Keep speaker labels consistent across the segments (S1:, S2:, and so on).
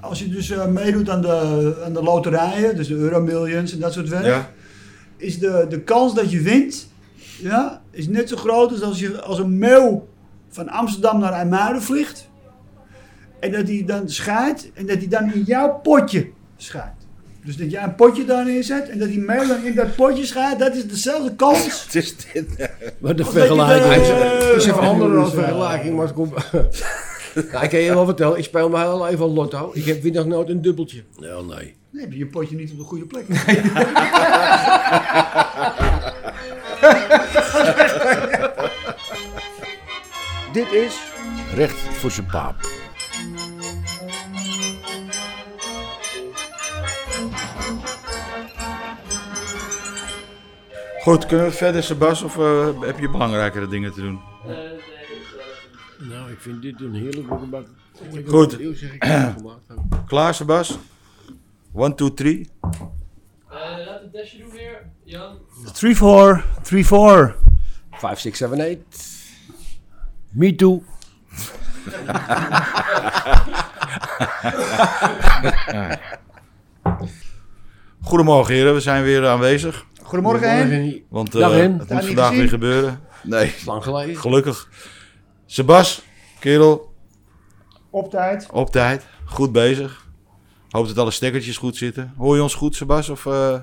S1: als je dus eh, meedoet aan de, aan de loterijen, dus de Euromillions en dat soort werk,
S2: Ja.
S1: is de, de kans dat je wint ja, is net zo groot als als, je, als een meeuw van Amsterdam naar IJmuiden vliegt. En dat hij dan scheidt en dat hij dan in jouw potje scheidt. Dus dat jij een potje daarin zet en dat die meeuw dan in dat potje scheidt, dat is dezelfde kans.
S2: Wat is dit nou?
S3: Wat een
S1: Als dat je
S3: vergelijking.
S1: de-
S3: Het is even
S1: eh,
S3: anders dan
S1: dus, eh,
S3: vergelijking, maar het komt... Nou, ik kan je wel vertellen, ik speel mijn hele leven lotto. Ik heb, win nog nooit een dubbeltje.
S2: Ja, nee.
S1: Dan heb je je potje niet op de goede plek.
S2: Dit is Recht voor zijn paap. Goed, kunnen we verder, Sebas, of eh, heb je belangrijkere dingen te doen?
S3: Nou, ik vind dit een heerlijk boekenbak.
S2: Goed.
S3: Heel zeg ik dat ik het gemaakt heb.
S2: Klaar, Sebas? One, two, three.
S4: Eh, laat het dash doen weer, Jan.
S1: 3-4, 3-4.
S3: 5, 6, 7, 8. Me too.
S2: Goedemorgen, heren. We zijn weer aanwezig.
S1: Goedemorgen, Hen.
S3: niet.
S2: Want eh,
S3: Dag, Hen.
S2: het
S1: Daar niet
S2: moet vandaag
S1: gezien?
S2: weer gebeuren. Nee,
S3: Lang geleden.
S2: gelukkig. Sebas, kerel,
S1: Op tijd.
S2: Op tijd, goed bezig. Hoop dat alle stekkertjes goed zitten. Hoor je ons goed, Sebas? Of eh,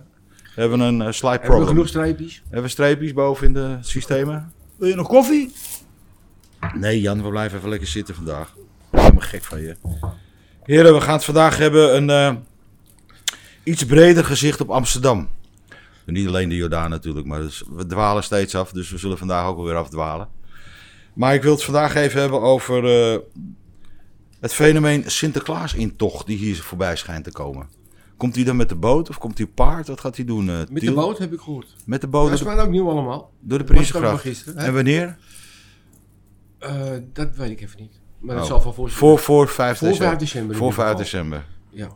S2: hebben we een eh, slight
S3: Hebben we
S2: problem?
S3: genoeg streepjes?
S2: Hebben we streepjes boven in de systemen?
S1: Wil je nog koffie?
S2: Nee, Jan, we blijven even lekker zitten vandaag. Helemaal gek van je. Heren, we gaan het vandaag hebben een eh, iets breder gezicht op Amsterdam. Niet alleen de Jordaan natuurlijk, maar dus we dwalen steeds af. Dus we zullen vandaag ook alweer afdwalen. Maar ik wil het vandaag even hebben over eh, het fenomeen Sinterklaasintocht die hier voorbij schijnt te komen. Komt hij dan met de boot of komt hij op paard? Wat gaat hij doen? eh,
S3: Met de
S2: Tiel?
S3: boot heb ik gehoord.
S2: Met de
S3: Dat
S2: boot
S3: is
S2: door de,
S3: mij ook nieuw allemaal.
S2: door de
S3: Dat was het ook nog
S2: Prinsengracht.
S3: gisteren, hè?
S2: En wanneer?
S3: Eh, dat weet ik even niet. Maar dat
S2: Oh.
S3: zal van voor
S2: Voor, voor 5
S3: Voor
S2: december.
S3: 5 december in
S2: Voor
S3: ieder
S2: 5
S3: geval.
S2: december.
S3: Ja.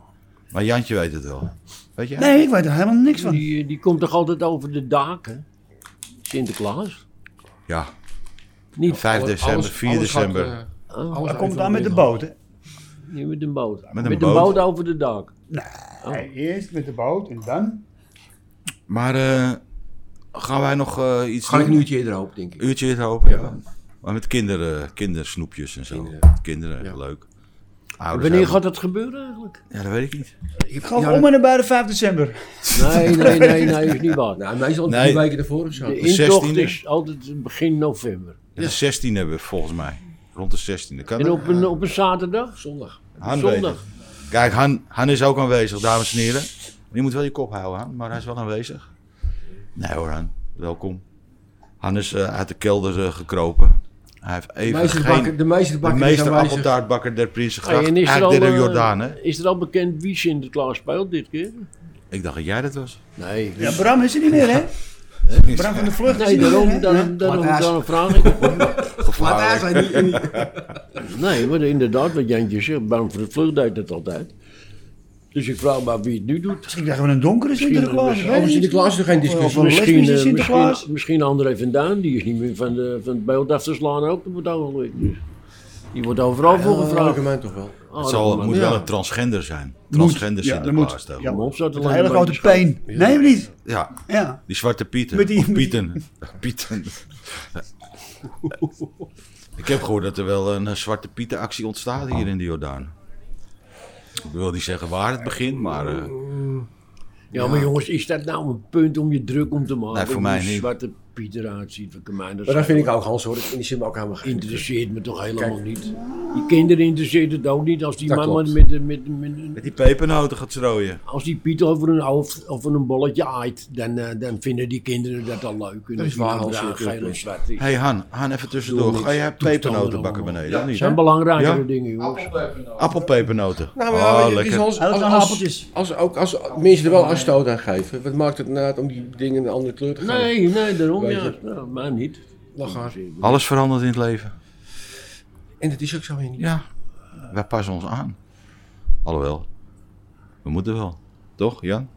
S2: Maar Jantje weet het wel. Weet jij?
S1: Nee, ik weet er helemaal niks van.
S5: Die, eh, die komt toch altijd over de daken? Sinterklaas?
S2: Ja,
S5: Niet
S2: 5
S3: Alles-
S2: december, 4
S3: alles gaat,
S2: december.
S3: eh,
S5: Oh,
S3: alles
S1: Hij
S3: gaat
S1: komt
S3: even
S1: aan met de
S3: omhoog.
S1: boot, hè?
S5: niet met een boot.
S2: Met een boot.
S5: over de daken.
S1: Nee, eerst met de boot en dan?
S2: maar eh, gaan wij nog eh, iets
S3: Ga ik
S2: doen?
S3: een uurtje erop, denk ik.
S2: uurtje het hopen? Ja.
S3: Ja.
S2: Maar met kinderen, kindersnoepjes en zo. Kinderen,
S3: Kinderen. Ja.
S2: leuk. dus
S5: Wanneer gaat dat gebeuren eigenlijk?
S2: Ja, dat weet ik niet.
S3: Ik
S1: Gewoon om en nabij de 5 december.
S5: Nee, nee, nee, nee, is niet waar.
S3: Nou, meestal
S2: Nee.
S3: drie weken ervoor of zo.
S5: De
S2: de
S5: intocht
S2: 16e.
S5: is altijd begin november.
S2: De 16 hebben we volgens mij. Rond de 16e. Kan
S5: En
S2: dat?
S5: op een, op een zaterdag?
S3: Zondag.
S2: Han weet
S5: zondag.
S2: het. Kijk, Han, Han is ook aanwezig, dames en heren. Je moet wel je kop houden, Han, maar hij is wel aanwezig. Nee hoor, Han. Welkom. Han is eh, uit de kelder eh, gekropen. Hij heeft
S3: De
S2: even
S3: meeste
S2: geen...
S3: bakken, de meeste
S2: De
S3: bakken
S2: meester
S3: zijn wijzer.
S2: appeltaartbakker der Prinsengracht.
S5: Hey, en is er,
S2: eigenlijk
S5: al,
S2: der
S5: eh,
S2: Jordaan, hè?
S5: is er al bekend wie Sinterklaas speelt dit keer?
S2: Ik dacht dat jij dat was.
S3: Nee.
S1: Ja, Bram is er niet meer, hè? Bram van de Vlucht is
S5: Nee,
S1: er niet
S5: daarom,
S1: meer, hè?
S5: daarom, daarom,
S3: Maar hij is-
S5: daarom vraag ik het.
S3: Laat hij zijn niet. niet-
S5: Nee, maar inderdaad, wat Jantje zegt, Bram voor de Vlucht deed dat altijd. Dus ik vraag maar wie het nu doet.
S1: Misschien krijgen we een donkere Sinterklaas. ik weet
S3: Over
S1: het niet.
S3: Sinterklaas is er geen
S1: Of
S3: discussie.
S1: een
S5: Misschien,
S1: lesbische
S5: eh,
S1: Sinterklaas.
S5: misschien, misschien André van Duin, die is niet meer van, de, van het beeld af te slaan ook op het ogenblik. Dus die wordt overal voor gevraagd.
S3: Elke maand toch wel.
S5: Oh,
S2: Het zal,
S5: dat
S2: het
S5: man.
S2: moet
S3: Ja.
S2: wel een transgender zijn. Transgender
S1: ja, dat
S2: Sinterklaas.
S1: moet.
S2: toch?
S1: Ja.
S2: Ja.
S5: Kom op, zat er
S1: Een
S5: lang
S1: hele
S5: een
S1: grote
S5: beetje schaam.
S1: peen. Nee, of niet? Ja.
S2: die zwarte Pieten.
S1: Met die-
S2: Of Pieten. Pieten. Ik heb gehoord dat er wel een eh, zwarte Pieten actie ontstaat hier in de Jordaan. Ik wil niet zeggen waar het begint, maar... eh,
S5: Ja, maar jongens, is dat nou een punt om je druk om te maken?
S2: Nee, voor mij
S5: Hoe
S2: niet.
S5: Zwarte Piet eruit ziet, wat kan mij dat
S3: Maar dat vind ik
S5: schelen?
S3: ook Hans hoor. Dat vind ik ook helemaal geen.
S5: Interesseert me toch helemaal niet. Die kinderen interesseert het ook niet als die
S3: Dat
S5: man maar
S3: klopt.
S5: met, met, met, met,
S2: met die pepernoten gaat strooien.
S5: Als die Piet over een hoofd of een bolletje aait, dan, eh, dan vinden die kinderen dat al leuk. En
S3: Dat is
S5: als
S3: waar,
S5: iemand
S3: als je
S5: daar
S3: het
S5: geel
S3: doet.
S5: en zwart is.
S2: Hé hey Han, Han even tussendoor.
S5: Doe
S2: Ga jij
S5: niks.
S2: pepernoten
S5: Toestanden
S2: bakken beneden?
S4: Ja.
S2: of niet?
S5: Dat zijn belangrijkere
S2: Ja?
S5: dingen, jongens.
S2: Appelpepernoten.
S3: Nou, maar ja,
S2: oh,
S3: het is
S2: lekker.
S3: als,
S1: Hij had
S3: als,
S1: een
S3: als,
S1: appeltjes.
S3: als, ook als mensen er wel aanstoot aan geven, wat maakt het na om die dingen een andere kleur te geven?
S5: Nee, nee, daarom
S3: Weet
S5: ja.
S3: je.
S5: Nou, maar niet.
S3: Lach haar.
S2: Alles verandert in het leven.
S3: En dat is ook zo weer niet.
S2: Ja, wij passen ons aan. Alhoewel, we moeten wel. Toch, Jan?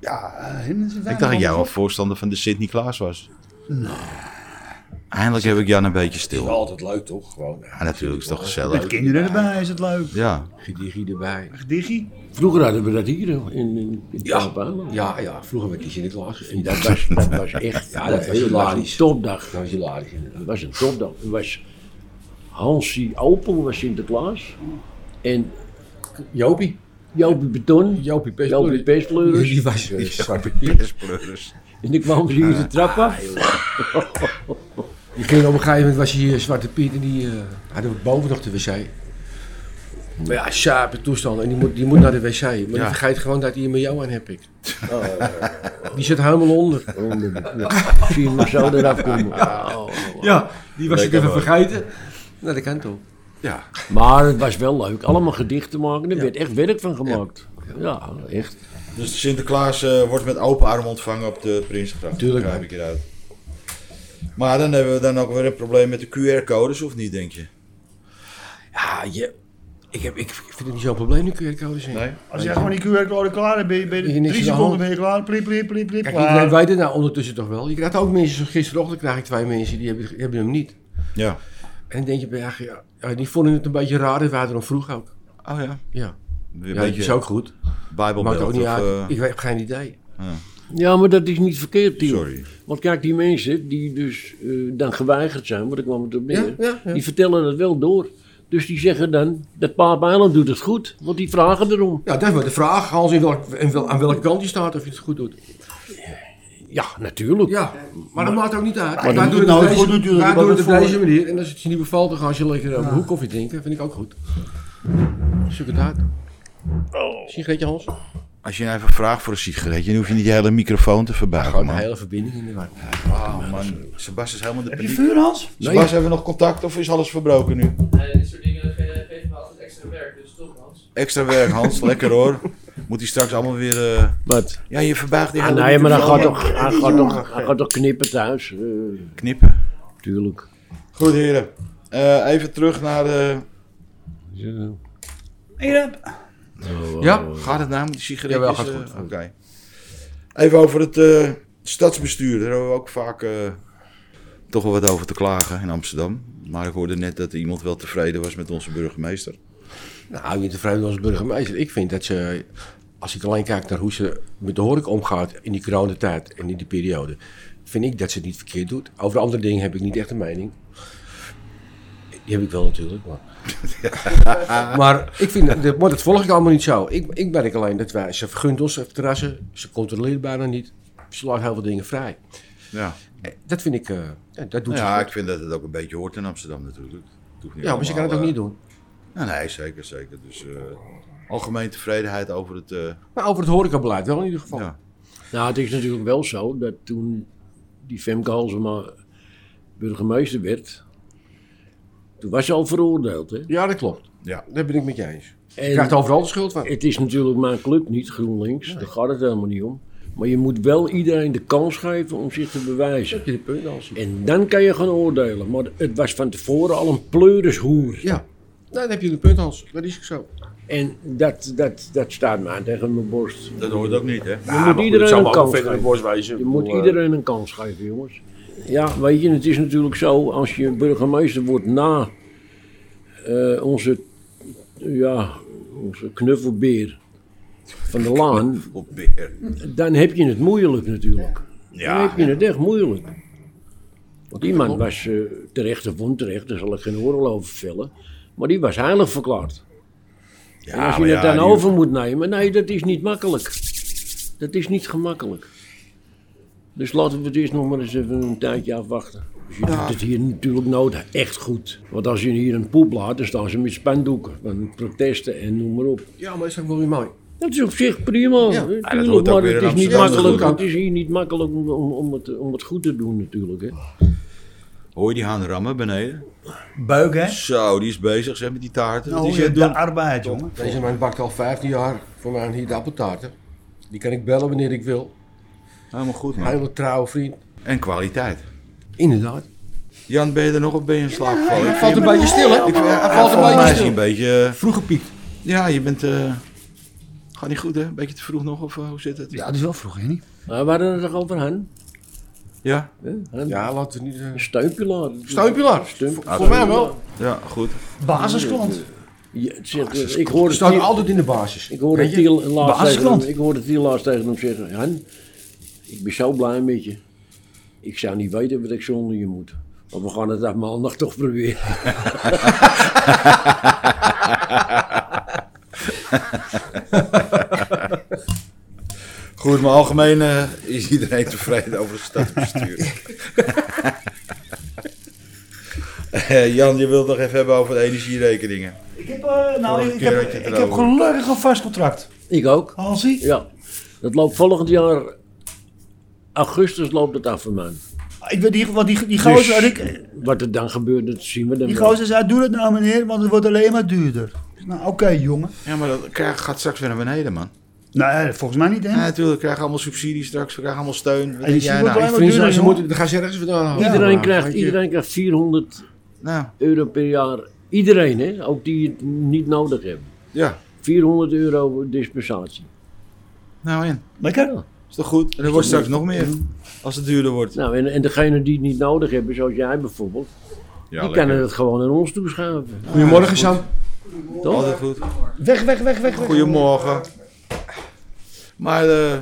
S1: Ja, eh, hem is een
S2: Ik dacht dat jij wel
S1: weinig
S2: voorstander van de Sint-Niklaas was. Eindelijk heb ik Jan een beetje
S3: Het is
S2: stil.
S3: altijd leuk toch? Gewoon.
S2: Ja, natuurlijk is het toch
S1: Met
S2: gezellig.
S1: kinderen erbij is het leuk.
S2: Ja.
S3: Gedigi erbij.
S1: Digi.
S5: Vroeger hadden we dat hier in, in, in
S3: Ja,
S5: Papaan.
S3: ja, ja. Vroeger werd die Sinterklaas
S5: En
S3: gevierd.
S5: dat was, dat was echt
S3: Ja, dat was
S5: een
S3: hilarisch.
S5: topdag.
S3: Dat was hilarisch inderdaad.
S5: Dat was een topdag. Er was Hansie Opel was Sinterklaas. En
S3: Jopie.
S5: Jopie Beton.
S3: Jopie Pestpleur.
S5: Jopie Pestpleuris.
S3: Die was eh, zwart papier.
S2: Pestpleurs.
S5: En die kwamen ze hier de trap af.
S3: Je ging op een gegeven moment was hier Zwarte Piet en die eh, hadden we boven nog de wc. Maar ja, saape toestand. En die moet, die moet naar de wc. Maar die vergeet gewoon dat hij een jou aan heb ik.
S2: Oh.
S3: Die zit helemaal onder.
S5: Zie je maar zo eraf komen.
S3: Ja, die was ik
S2: Lekker man.
S3: even vergeten. Nou, dat kan toch.
S2: Ja.
S5: Maar het was wel leuk. Allemaal gedichten maken. Er werd echt werk van gemaakt. Ja, echt.
S2: Dus Sinterklaas eh, wordt met open arm ontvangen op de Prinsengracht.
S3: Tuurlijk,
S2: Begrijp ik eruit. Maar dan hebben we dan ook weer een probleem met de QR-codes, of niet, denk je?
S3: Ja, je, ik, heb, ik vind het niet zo'n probleem nu, QR-codes. in.
S2: Nee?
S1: Als jij gewoon die QR-code klaar hebt, ben je, ben je-
S3: Is er niks
S1: drie
S3: aan de
S1: seconden
S3: hand?
S1: ben je klaar. Plip, plip, plip, plip,
S3: Kijk,
S1: klaar.
S3: iedereen weet het nou ondertussen toch wel. Je krijgt ook mensen, zoals gisterochtend krijg ik twee mensen, die hebben, die hebben hem niet.
S2: Ja.
S3: En dan denk je, bij, ja, ja, ja, die vonden het een beetje raar en wij hadden hem vroeg ook.
S2: Oh ja.
S3: Ja,
S2: Weer
S3: ja
S2: een
S3: dat
S2: beetje
S3: is ook goed. Maakt
S2: bijbelbeeld.
S3: ook niet
S2: of,
S3: uit.
S2: eh,
S3: Ik heb geen idee.
S5: Ja, maar dat is niet verkeerd, Tiel.
S2: Sorry.
S5: Want kijk, die mensen die dus eh, dan geweigerd zijn, want ik kwam het op neer,
S3: Ja, ja, ja.
S5: die vertellen dat wel door. Dus die zeggen dan, dat Paap Eiland doet het goed, want die vragen erom.
S3: Ja, dat is wel de vraag. Hans, in welk, in wel- aan welke kant je staat of je het goed doet.
S5: Ja, natuurlijk.
S3: Ja, maar dat maakt ook niet uit.
S1: je
S3: wij
S1: moet
S3: doen het
S1: nou
S3: op
S1: het goed
S3: deze,
S1: natuurlijk,
S3: wij
S1: want
S3: doen het op
S1: dat
S3: deze manier. En als het je niet bevalt, dan gaan ze lekker op een hoek koffie drinken. Vind ik ook goed. Zoek het uit. Sigaretje, Hans?
S2: Als je nou even vraagt voor een sigaretje, dan hoef je niet je hele microfoon te verbuigen,
S3: Gewoon de
S2: man.
S3: hele verbinding in de war.
S2: Ah, man. Sebastian is helemaal de
S1: Heb je
S2: paniek.
S1: vuur, Hans?
S2: Sebastian, hebben we nog contact of is alles verbroken nu?
S4: Nee, dit soort dingen ge- geven me altijd extra werk, dus toch, Hans.
S2: Extra werk, Hans. Lekker hoor. Moet hij straks allemaal weer... eh,
S5: Wat?
S2: Ja, je verbuigt die
S5: Ah,
S2: hele
S5: nee, maar dan gaat
S2: microfoon.
S5: toch, hij gaat toch, hij gaat toch knippen thuis. eh,
S2: Knippen.
S5: tuurlijk.
S2: Goed, heren. Eh, even terug naar eh, de...
S5: Ja.
S1: Hier heb. Oh,
S3: Ja?
S2: Gaat het nou met die sigaretjes?
S3: Oh. Jawel, gaat
S2: eh,
S3: goed, gaat
S2: Oké.
S3: goed.
S2: Even over het eh, stadsbestuur. Daar hebben we ook vaak eh, toch wel wat over te klagen in Amsterdam. Maar ik hoorde net dat iemand wel tevreden was met onze burgemeester.
S3: Nou, je tevreden als burgemeester. Ik vind dat ze, als ik alleen kijk naar hoe ze met de horeca omgaat in die coronatijd en in die periode, vind ik dat ze het niet verkeerd doet. Over andere dingen heb ik niet echt een mening. Die heb ik wel natuurlijk, maar... maar ik vind, dat- dat, maar dat volg ik allemaal niet zo. Ik, ik merk alleen dat wij, ze vergunt ons terrassen, ze controleert bijna niet, ze laat heel veel dingen vrij.
S2: Ja.
S3: Eh, Dat vind ik, eh, ja, dat doet ze
S2: Nou ja,
S3: goed.
S2: ik vind dat het ook een beetje hoort in Amsterdam natuurlijk. Het hoeft niet
S3: Ja, maar ze kan het ook
S2: allemaal,
S3: niet doen.
S2: eh, nou, nee, zeker, zeker. Dus eh algemeen tevredenheid over het... eh,
S3: Maar over het horecabeleid wel in ieder geval.
S2: ja.
S5: Nou, het is natuurlijk wel zo dat toen die Femke Halsema burgemeester werd, toen was ze al veroordeeld, hè?
S3: Ja, dat klopt.
S2: Ja.
S3: Daar ben ik met je eens.
S5: En-
S3: Je krijgt overal de schuld van.
S5: Het is natuurlijk mijn club niet, GroenLinks. Daar gaat het helemaal niet om. Maar je moet wel iedereen de kans geven om zich te bewijzen.
S3: je de punt als?
S5: En dan kan je gaan oordelen. Maar het was van tevoren al een pleurishoer.
S3: Ja. Nou, dan heb je de punt als. Dat is zo.
S5: En dat, dat, dat staat mij tegen mijn borst.
S2: Dat hoort ook niet, hè?
S5: Je moet iedereen een kans geven.
S3: wijzen.
S5: Je moet
S3: eh,
S5: iedereen een kans geven, jongens. Ja, weet je, het is natuurlijk zo, als je burgemeester wordt na eh, onze, ja, onze knuffelbeer van de Laan,
S2: Proberen.
S5: dan heb je het moeilijk natuurlijk. Dan
S2: Ja.
S5: heb je het echt moeilijk. Want die man was eh, terecht of onterecht, daar zal ik geen oordeel over vellen. Maar die was heilig verklaard.
S2: ja,
S5: en als je
S2: maar
S5: het
S2: ja,
S5: dan
S2: die-
S5: over moet nemen, nee, dat is niet makkelijk. Dat is niet gemakkelijk. Dus laten we het eerst nog maar eens even een tijdje afwachten. Dus je doet het hier natuurlijk nodig, echt goed. Want als je hier een poep laat, dan staan ze met spandoeken. Van protesten en noem maar op.
S3: Ja, maar dat is ook wel weer mooi.
S5: Dat is op zich prima. natuurlijk,
S2: dat hoort ook
S5: maar
S2: weer
S5: het
S2: in
S5: is, niet
S2: Amsterdam
S5: makkelijk,
S2: natuurlijk.
S5: het is hier niet makkelijk om, om, om, het, om het goed te doen natuurlijk. Hè.
S2: Hoor je die haan rammen beneden?
S1: Buik, hè?
S2: Zo, die is bezig zeg, met die taarten.
S1: Nou,
S2: die zit
S1: de
S2: doen.
S1: arbeid, jongen.
S3: Deze man bakt al 15 jaar voor mij een hier de appeltaarten. Die kan ik bellen wanneer ik wil.
S2: Helemaal goed, man.
S3: Hele trouwe vriend.
S2: En kwaliteit.
S3: Inderdaad.
S2: Jan, ben je er nog of ben je in slaap gevallen? Ik
S3: Valt
S2: vind
S3: een
S2: je-
S3: beetje stil, hè?
S2: Ik vind-
S3: Hij
S2: ja,
S3: valt
S2: volgens
S3: een
S2: mij
S3: beetje
S2: is hij een
S3: stil.
S2: beetje... eh,
S3: Vroeg gepiekt.
S2: ja, je bent... eh, gaat niet goed, hè? Een beetje te vroeg nog, of eh, hoe zit het?
S1: Ja, dat is wel vroeg, hè? niet?
S5: Maar we hadden het toch over hen?
S2: Ja,
S5: Ja.
S3: Ja, laten we niet... eh,
S5: Steunpilaar.
S3: Steunpilaar.
S5: Steunpilaar.
S3: Voor mij wel.
S2: ja goed.
S1: Basisklant.
S5: Ja, het zegt, eh, ik hoorde
S3: staat
S5: Tiel-
S3: altijd in de basis.
S5: ik hoorde
S3: Weet je?
S5: Tiel laatst tegen hem,
S1: Basisklant.
S5: ik hoorde Tiel laatst tegen hem zeggen, Han, ik ben zo blij met je. Ik zou niet weten wat ik zonder je moet. Maar we gaan het af maandag toch proberen.
S2: Goed, maar algemeen eh, is iedereen tevreden over het stadsbestuur. Eh, Jan, je wilt het nog even hebben over de energierekeningen.
S1: Ik heb, eh, nou,
S2: Vorige
S1: ik, ik
S2: keer
S1: heb,
S2: had je het
S1: ik heb
S2: erover.
S1: gelukkig een vast contract.
S5: Ik ook.
S1: Hansie?
S5: Ja. Dat loopt volgend jaar, augustus loopt het af van mij.
S1: Ik weet niet, wat die, die
S5: Dus
S1: gozer, ik,
S5: wat er dan gebeurt, dat zien we dan
S1: die
S5: wel.
S1: gozer zei, doe dat nou meneer, want het wordt alleen maar duurder. Nou, oké jongen.
S2: Ja, maar dat krijg- gaat straks weer naar beneden, man.
S1: Nee, volgens mij niet hè.
S2: Ja, natuurlijk. We krijgen allemaal subsidie straks. We krijgen allemaal steun. Wat
S1: En
S2: denk
S1: die
S2: jij
S1: wordt
S2: nou?
S1: alleen maar
S3: Vrienden,
S1: duurder,
S3: ze
S1: jongen.
S3: moeten, dan gaan ze ergens vandaan halen.
S5: Iedereen,
S2: Ja,
S5: krijgt,
S2: weet je.
S5: iedereen krijgt 400
S2: Nou,
S5: euro per jaar. Iedereen, hè? ook die het niet nodig hebben.
S2: ja.
S5: 400 euro dispensatie.
S2: Nou, in.
S1: Lekker.
S2: Is toch goed? En er wordt straks nog meer. Als het duurder wordt.
S5: Nou, en, en degene die het niet nodig hebben, zoals jij bijvoorbeeld, die kunnen het gewoon aan ons toeschuiven.
S3: Goedemorgen, Sam.
S5: Toch?
S2: Altijd goed.
S1: Weg, weg, weg, weg. weg.
S2: Goedemorgen. Maar, eh,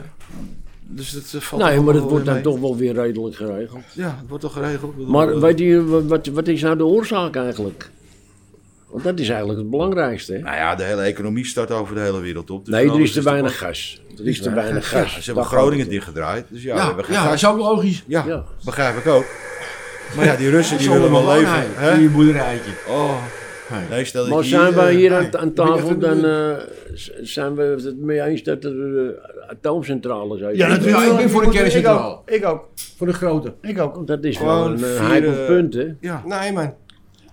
S2: dus het eh, valt allemaal
S5: Nee, Nou maar het
S2: wel
S5: wordt dan
S2: weer mee.
S5: toch wel weer redelijk geregeld.
S2: Ja, het wordt toch geregeld. Ik bedoel,
S5: Maar
S2: eh,
S5: weet je, wat- wat, wat is nou de oorzaak eigenlijk? Want dat is eigenlijk het belangrijkste. Hè?
S2: Nou ja, de hele economie start over de hele wereld op. Dus
S5: Nee, er
S2: alles
S5: is te
S2: toch
S5: weinig
S2: wel-
S5: gas. Er is te weinig gas.
S2: Ja, ze hebben
S5: Dat
S2: Groningen
S5: gaat
S2: dichtgedraaid. Dus ja, we
S3: Ja,
S2: hebben geen
S3: ja,
S2: gas.
S3: is ook logisch.
S2: ja,
S5: Ja.
S2: begrijp ik ook. Maar ja, die Russen die willen wel leven. Hè?
S3: In je boerderijtje.
S2: Oh.
S3: Nee.
S2: Nee, stel
S5: het.
S2: dat
S5: Maar
S2: je
S5: zijn
S2: eh,
S5: we hier aan,
S3: nee,
S5: aan
S3: ben je
S5: tafel,
S3: echt
S5: dan
S3: een-
S5: eh, z- zijn we het mee eens dat er eh, atoomcentrales zijn.
S1: Ja, natuurlijk.
S3: Ja, ik ben voor de kerncentrale.
S1: Ik ook, Ik ook.
S3: Voor de grote.
S1: Ik ook.
S5: Dat is wel
S2: Gewoon
S5: een eh,
S2: vier,
S5: heikel
S2: eh,
S5: punt, hè?
S2: Ja,
S3: Nee, man.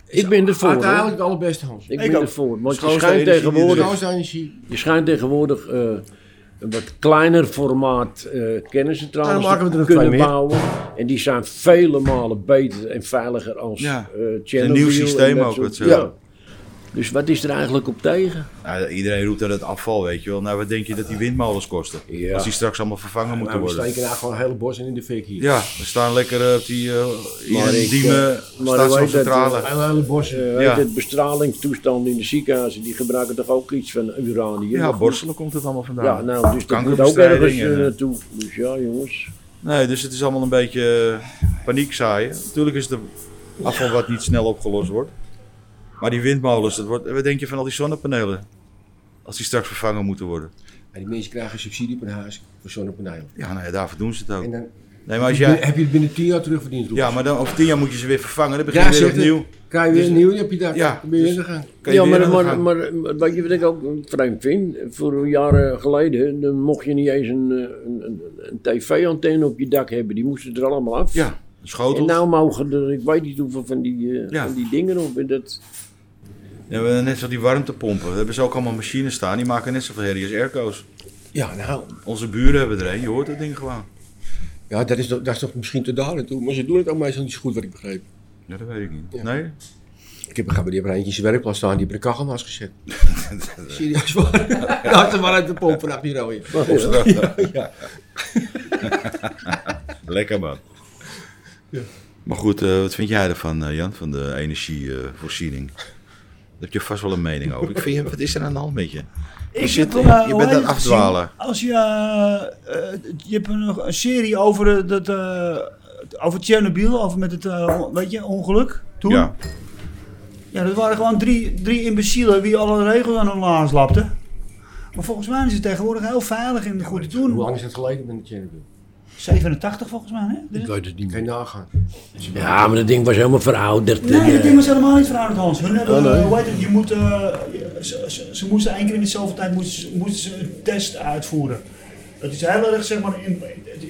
S5: Ik ben ervoor. hoor.
S3: Uiteindelijk de allerbeste, Hans.
S5: Ik
S1: Ik
S5: ben
S1: ook.
S5: ervoor. Want je
S2: Schoonste
S5: schijnt
S2: energie die er
S5: tegenwoordig,
S3: Trouwens, energie.
S5: je schijnt tegenwoordig eh, een wat kleiner formaat eh
S3: Nou,
S5: kerncentrales
S3: dan maken we er
S5: te
S3: nog
S5: kunnen
S3: twee meer.
S5: bouwen. En die zijn vele malen beter en veiliger als
S2: Ja.
S5: eh
S2: een
S5: Chernobyl
S2: nieuw
S5: en
S2: systeem
S5: dat
S2: ook,
S5: soort-
S2: wat ze
S5: ja.
S2: hebben.
S5: Dus wat is er eigenlijk op tegen?
S2: nou, iedereen roept aan het afval, weet je wel. Nou, wat denk je dat die windmolens kosten?
S5: Ja.
S2: Als die straks allemaal vervangen moeten
S3: Nou, we
S2: worden.
S3: steken daar gewoon een hele bos in in de fik hier.
S2: Ja, we staan lekker eh, op die eh
S5: Maar
S2: hier
S5: ik,
S2: in Diemen,
S5: eh, maar
S2: staat
S5: weet
S2: zo'n
S5: dat,
S2: centrale.
S3: Een hele bos.
S5: Eh,
S2: Ja.
S5: weet het, bestralingstoestanden in de ziekenhuizen, die gebruiken toch ook iets van uranium?
S2: Ja,
S5: Of-
S2: borstelen komt het allemaal vandaan.
S5: Ja, nou, dus dat moet ook
S2: Kankerbestrijding
S5: ergens eh,
S2: en, eh,
S5: naartoe. Dus ja, jongens.
S2: Nee, dus het is allemaal een beetje eh, paniekzaaien. Natuurlijk is het een afval wat niet snel opgelost wordt. Maar die windmolens, dat wordt, wat denk je van al die zonnepanelen? Als die straks vervangen moeten worden.
S3: En die mensen krijgen subsidie op hun huis voor zonnepanelen.
S2: Ja, nou ja, daarvoor doen ze het ook.
S3: En dan
S2: Nee, maar als
S3: heb je-
S2: jij,
S3: heb je het binnen 10 jaar terugverdiend, Roel.
S2: ja, maar dan, over tien jaar moet je ze weer vervangen. Dan begin
S3: Ja,
S2: je weer
S3: zegt het.
S2: opnieuw.
S3: Krijg je weer
S2: Dus-
S3: een nieuw, dan heb je daar.
S2: Ja,
S3: Dan ben je
S2: dus-
S3: weer gegaan.
S2: Kan je
S5: ja,
S2: weer
S5: maar,
S2: aan de
S5: maar,
S2: gang.
S5: maar, maar weet je wat ik ook vreemd vind? Voor jaren geleden dan mocht je niet eens een, eh, een, een, een tv-antenne op je dak hebben. Die moesten er allemaal af.
S2: Ja, een
S5: En
S2: schotel.
S5: nou mogen er, ik weet niet hoeveel van die, eh,
S2: Ja.
S5: van die dingen op. En dat,
S2: Ja, we hebben net zo die warmtepompen. Daar hebben ze ook allemaal machines staan. Die maken net zoveel herrie als airco's.
S3: Ja, nou.
S2: Onze buren hebben er een. Je hoort dat ding gewoon.
S3: Ja, dat is, toch- dat is toch misschien te daar toe. Maar ze doen het ook meestal niet zo goed, wat ik begreep.
S2: Ja, dat weet ik niet.
S3: Ja.
S2: Nee?
S3: Ik heb een gabber, die hebben eentje in zijn werkplaats staan. Die hebben een kachelmaas gezet. Serieus waar? Dat is maar uit de pomp vanaf die rode.
S2: Lekker man. Maar goed, eh, wat vind jij ervan, eh, Jan, van de energievoorziening? Daar heb je vast wel een mening over. Ik vind, wat is er aan de hand met je?
S1: Ik
S2: zit-
S1: heb, eh,
S2: je
S1: hoe
S2: bent
S1: heet
S2: aan
S1: het?
S2: afdwalen.
S1: Als je, eh, eh, je hebt een, een serie over, eh, dat, eh, over Tsjernobyl, over met het eh, on- weet je, ongeluk toen.
S2: Ja,
S1: Ja, dat waren gewoon drie, drie imbecielen die alle regels aan hun laars lapten. Maar volgens mij is het tegenwoordig heel veilig in de goede
S3: Hoe
S1: doen.
S3: lang is dat geleden met de Chernobyl?
S1: 87 volgens mij, hè? Dit is-
S5: weet het niet
S3: Kan je nagaan.
S5: Ja, maar dat ding was helemaal verouderd. en,
S1: Nee, dat
S5: eh,
S1: ding was helemaal niet verouderd, Hans. Hun hebben,
S5: Oh, nee.
S1: eh, hoe heet het, je moet, eh, ze, ze- ze moesten één keer in de zoveel tijd moesten, moesten ze een test uitvoeren. Dat is heel erg zeg maar, in,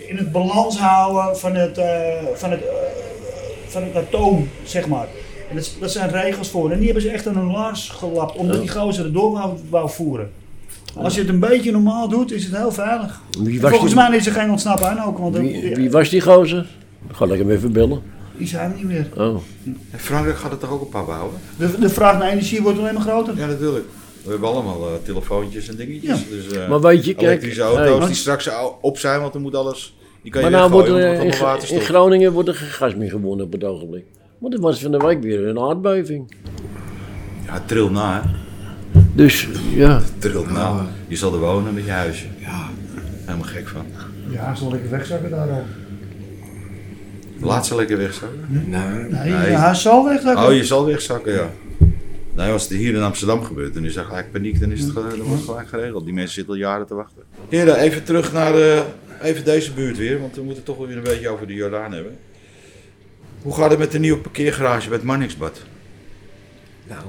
S1: in het balans houden van het, eh, van het, eh, van het atoom, zeg maar. En dat, dat zijn regels voor. En die hebben ze echt aan hun laars gelapt, omdat die gozer erdoor wou, wou voeren. Als je het een beetje normaal doet, is het heel veilig.
S5: wie,
S1: En
S5: was
S1: Volgens
S5: die,
S1: mij is er geen ontsnappen aan ook, want
S5: wie,
S1: die,
S5: wie was die gozer? Ga ik hem even bellen.
S1: die zijn er niet meer.
S5: Oh.
S2: en Frankrijk gaat het toch ook op pap houden?
S1: De, de vraag naar energie wordt alleen maar groter.
S2: Ja, natuurlijk. We hebben allemaal eh, telefoontjes en dingetjes. Dus, eh,
S5: Maar weet je, kijk,
S2: elektrische auto's
S5: hey.
S2: die straks au- op zijn, want er moet alles Die kan je
S5: Maar nou wordt
S2: weggooien,
S5: er,
S2: want
S5: in,
S2: het wordt allemaal
S5: Gr- in
S2: waterstof.
S5: Groningen wordt er geen gas meer gewonnen op het ogenblik. Want er was van de week weer een aardbeving.
S2: Ja, het trilt na, hè.
S5: Dus ja,
S2: Het trilt na. Je zal er wonen met je huisje. Ja. Helemaal gek van.
S1: Ja, zal lekker wegzakken daar dan.
S2: Laat ze lekker wegzakken.
S3: Nou,
S1: Nee,
S2: Nee.
S1: ja, hij zal wegzakken.
S2: Oh, je zal wegzakken, ja. Nee, als het hier in Amsterdam gebeurt, dan is er gelijk "Ah, paniek. Dan, is het, ge- dan wordt het gelijk geregeld. Die mensen zitten al jaren te wachten. Heren, even terug naar de, even deze buurt weer. Want we moeten het toch weer een beetje over de Jordaan hebben. Hoe gaat het met de nieuwe parkeergarage bij het Marnixbad?
S3: nou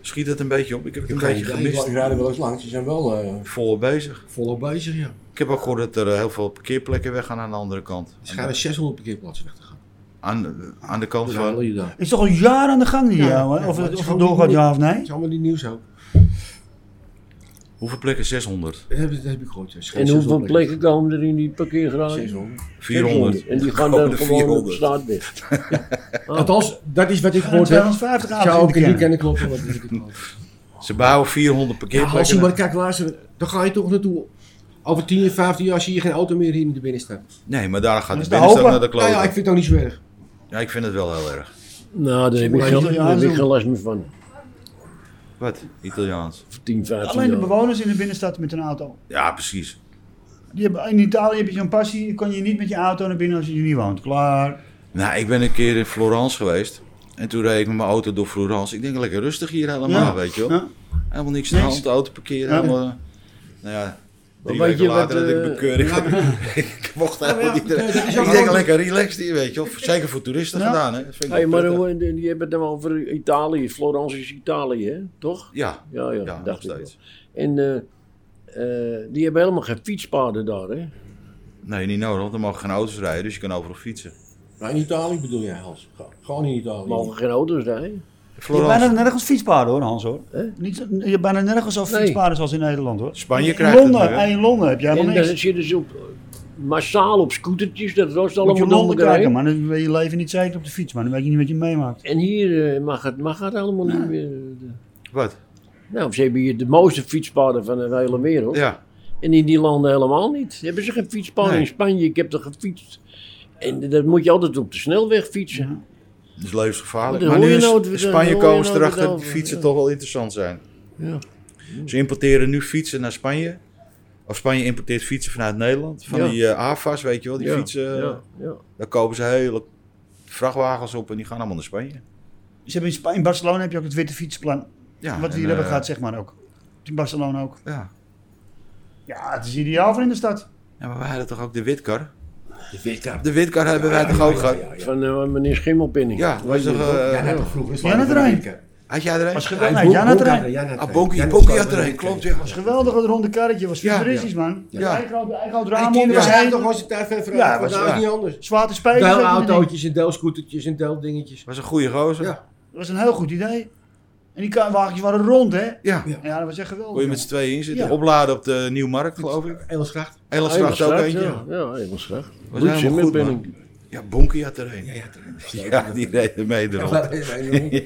S2: Schiet het een beetje op? Ik heb het
S3: ik,
S2: een
S3: ga
S2: beetje gemist.
S3: ik raad er wel eens langs. Ze zijn wel eh,
S2: Volop bezig.
S3: volop bezig, ja.
S2: Ik heb ook gehoord dat er eh, heel veel parkeerplekken weggaan aan de andere kant.
S3: Ze gaan er 600 parkeerplaatsen weg te gaan.
S2: Aan, aan de kant
S3: Dat halen
S2: van...
S3: je daar.
S1: Is toch al jaren aan de gang hier,
S3: Ja,
S1: jou, hè?
S3: ja,
S1: Of
S3: maar
S1: het, of
S3: het is
S1: het
S3: ook
S1: doorgaat,
S3: niet-
S1: ja of
S3: Dat
S1: nee?
S3: is allemaal niet nieuws ook.
S2: Hoeveel plekken? 600?
S3: Dat heb, ik- dat heb ik gehoord. ja. Ze gaan
S5: en
S3: 600
S5: hoeveel plekken komen er in die parkeergarage?
S3: 600.
S2: 400.
S5: En die gaan
S2: Komen
S5: dan
S2: er
S5: gewoon op
S2: 400.
S5: straat weg.
S3: Althans, dat is wat ik
S1: En
S3: gehoord heb.
S1: 250
S3: Ik zou ook
S1: avond in
S3: niet
S1: de kern.
S3: kennen kloppen. want dat is het niet.
S2: Ze bouwen 400
S3: Ja, als je
S2: parkeerplekken.
S3: maar kijkt, luister, dan ga je toch naartoe. Over 10, 15 jaar zie je geen auto meer hier in de binnenstad.
S2: Nee, maar daar gaat
S1: Dat
S2: de
S1: is de
S2: binnenstad
S1: hopen.
S2: naar de kloot.
S3: Nou ja, ik vind het ook niet zo erg.
S2: het wel heel erg.
S5: Nou, daar heb ik
S1: Maar
S5: geen-
S1: die
S5: daar heb ik
S1: Italiaans
S5: geen last meer van.
S2: Wat? Italiaans.
S5: 10, 15
S1: Alleen de
S5: jaar.
S1: bewoners in de binnenstad met een auto.
S2: Ja, precies.
S1: Die hebben, in Italië heb je zo'n passie, dan kan je niet met je auto naar binnen als je hier niet woont. Klaar.
S2: Nou, ik ben een keer in Florence geweest. En toen reed ik met mijn auto door Florence. Ik denk lekker rustig hier helemaal,
S1: Ja.
S2: weet je wel.
S1: Ja.
S2: Helemaal niks aan de
S1: Niks.
S2: hand, de auto parkeren.
S1: Ja.
S2: Helemaal, eh, nou ja, drie
S5: weet
S2: weken
S5: je
S2: later
S5: wat,
S2: had ik
S5: eh,
S2: bekeuring. ik mocht helemaal niet. eh,
S3: dat is ook
S2: ik denk
S3: wel-
S2: lekker relaxed hier, weet je wel. Zeker voor toeristen
S1: Ja.
S2: gedaan, hè. Dat vind ik
S5: Hey,
S2: wel
S5: maar
S2: prettig.
S5: hoe- die hebben het dan over Italië. Florence is Italië, hè? toch?
S2: Ja,
S5: Ja, ja,
S2: ja, nog
S5: dacht ik
S2: steeds.
S5: wel. En eh, eh, die hebben helemaal geen fietspaden daar, hè?
S2: Nee, niet nodig, want er mogen geen auto's rijden, dus je kan overal fietsen.
S3: Nou, in Italië bedoel jij, Hans. Gewoon in Italië.
S5: Mogen geen auto's rijden.
S1: Je hebt
S2: Florence,
S1: bijna nergens fietspaden hoor, Hans hoor.
S5: Hè?
S1: Niet, zo- je hebt bijna nergens zo
S5: Nee.
S1: fietspaden zoals in Nederland hoor.
S2: Spanje
S1: in
S2: krijgt
S1: Londen,
S2: het nu, hè.
S1: en in Londen heb jij helemaal
S5: en dan
S1: niks.
S5: zitten ze op, massaal op scootertjes, dat rost
S1: Moet je
S5: allemaal door
S1: Londen
S5: elkaar
S1: kijken man,
S5: heen.
S1: dan ben je leven niet zeker op de fiets man. Dan weet je niet wat je meemaakt.
S5: En hier eh, mag, het, mag het allemaal niet meer. eh,
S2: Wat?
S5: Nou, ze hebben hier de mooiste fietspaden van de hele wereld.
S2: Ja.
S5: En in die landen helemaal niet. Hebben ze geen fietspaden.
S2: Nee.
S5: In Spanje, ik heb er gefietst. En dat moet je altijd op de snelweg fietsen.
S1: Mhm.
S2: Dat is levensgevaarlijk.
S5: Maar
S2: Maar
S5: dan
S2: nu
S5: hoor je
S2: is
S5: nou het-
S2: in
S5: dan
S2: Spanje
S5: hoor je
S2: komen ze
S5: nou het
S2: erachter dat
S5: over,
S2: fietsen
S5: ja.
S2: toch wel interessant zijn.
S5: Ja.
S2: Ze importeren nu fietsen naar Spanje. Of Spanje importeert fietsen vanuit Nederland. Van
S5: Ja.
S2: die eh AFA's, weet je wel, die
S5: Ja,
S2: fietsen. eh,
S5: Ja, ja.
S2: Daar kopen ze hele vrachtwagens op en die gaan allemaal naar Spanje.
S1: Ze hebben in, Spa- in Barcelona heb je ook het witte fietsplan.
S2: Ja,
S1: wat we
S2: en,
S1: hier hebben
S2: eh,
S1: gehad zeg maar ook. In Barcelona ook.
S2: Ja.
S1: Ja, het is ideaal voor in de stad.
S2: ja, maar wij hadden toch ook de witkar?
S3: De Witkaart.
S2: De witkar hebben wij toch ook gehad? Ja,
S5: Van eh, meneer Schimmelpenning.
S2: was toch, eh,
S3: Ja, nou, vroeger is
S1: Jan had er een.
S2: had jij er
S1: Was
S2: een?
S1: geweldig. Nee, Jan had er een.
S2: Ah, Bonkie, Bonkie had er een, klopt ja.
S1: was geweldig, dat ronde karretje was
S2: Ja.
S1: futuristisch man.
S2: Ja.
S1: Ja. Eigen, groot- eigen groot
S3: En
S1: raam
S3: kinderen
S1: onder
S3: was
S1: was
S3: eigenlijk
S1: heen.
S3: toch gewoon zijn tijd verder
S1: Ja,
S3: vooruit.
S1: was-
S3: Vandaag is
S2: ja.
S3: niet anders.
S1: Zwaar te spelen.
S3: Deel
S1: zat in die ding.
S3: autootjes en deelscootertjes en deeldingetjes.
S2: Was een goede gozer.
S3: Ja.
S1: Dat was een heel goed idee. En die ka- wagentjes waren rond hè.
S2: Ja.
S3: Ja.
S1: Ja, dat was echt geweldig.
S2: Kon je
S1: man.
S2: met z'n tweeën in zitten.
S1: Ja.
S2: Opladen op de Nieuwmarkt, geloof ik.
S3: Engelsgracht.
S2: Engelsgracht ook eentje.
S5: Ja, ja helemaal graag.
S2: Was
S5: Goed,
S2: helemaal goed,
S5: Schimmelpenning.
S2: Ja, Bonkie had er een.
S3: Ja, ja, toch.
S2: Ja, die reden mee erop.
S3: Dat is een-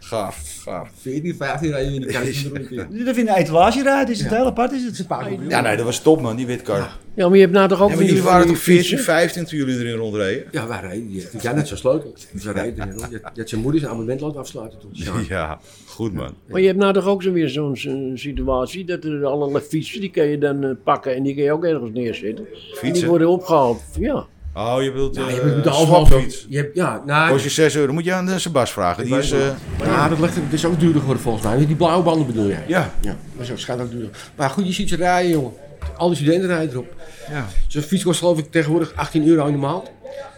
S2: Gaaf, gaaf.
S3: 14, 15 rijden we in de kast. Het
S1: Dit even in de etalage rijdt, is het heel apart is het.
S3: is een paar miljoen.
S2: Ja, nee, dat was top man, die witkar.
S5: Ja, maar je hebt nou toch ook...
S2: Ja, maar
S5: van
S2: jullie
S5: die-
S2: waren
S5: van die
S2: toch 14,
S5: fietsen?
S2: 15 toen jullie erin rondreden?
S3: Ja, waar rijden die? Ja, net zo sleutel. Ze rijden erin. hoor. Je had- je had zijn moeder zijn abonnementland afsluiten toen. Ja.
S2: Ja, goed man.
S5: Maar je hebt nou toch ook zo weer zo'n zo'n situatie dat er allerlei fietsen, die kan je dan eh, pakken en die kan je ook ergens neerzetten. En die
S2: Fietsen?
S5: worden opgehaald. Ja.
S2: Oh, je bedoelt
S3: Ja,
S2: eh
S3: je hebt de
S2: swapfiets.
S3: afvalfiets. Je hebt, ja, nou,
S2: Kost je 6 euro. Moet je aan eh, Sebas vragen. Die is... eh,
S3: ja, dat ligt, dat is ook duurder geworden volgens mij. Die blauwe banden bedoel jij?
S2: ja,
S3: Ja, dat is ook, schijnt ook duurder. Maar goed, je ziet ze rijden, jongen. Al die studenten rijden erop.
S2: ja.
S3: Zo'n fiets kost geloof ik tegenwoordig 18 euro in de maand.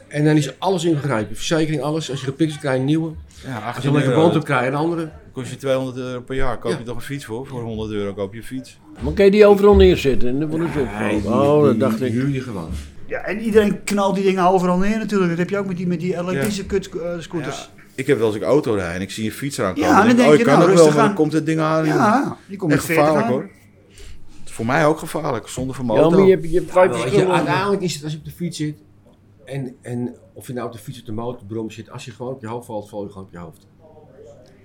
S3: En dan is alles ingegrepen. Verzekering, alles. Als je gepikt is, krijg je een nieuwe.
S2: ja
S3: Als
S2: 18
S3: je een leuke
S2: euro.
S3: band hebt, krijg je een andere.
S2: Kost je 200 euro per jaar. Koop je
S3: Ja.
S2: toch een fiets voor? Voor 100 euro koop je een fiets.
S5: Maar kan je die overal neerzetten en dan worden ze opgehaald. Oh, dat dacht ik.
S3: Jullie gewoon.
S1: Ja, en iedereen knalt die dingen overal neer natuurlijk. Dat heb je ook met die, met die elektrische kut, eh, scooters.
S2: Ja. Ik heb wel eens ik auto rijd en ik zie een fiets eraan komen.
S1: Ja, dan denk
S2: oh,
S1: je,
S2: kan
S1: nou,
S2: ook wel,
S1: rustig
S2: maar dan
S1: aan.
S2: komt het ding aan.
S1: Ja,
S2: Ja,
S1: die komt met
S2: Echt
S1: 40
S2: gevaarlijk
S1: aan.
S2: hoor. Het is Voor mij ook gevaarlijk. Zonder van mijn
S5: Ja, maar
S2: auto.
S5: je hebt, je hebt vijf verschillende.
S3: uiteindelijk is het als je op de fiets zit. En, en of je nou op de fiets of de motor, de brom zit. Als je gewoon op je hoofd valt, val je gewoon op je hoofd.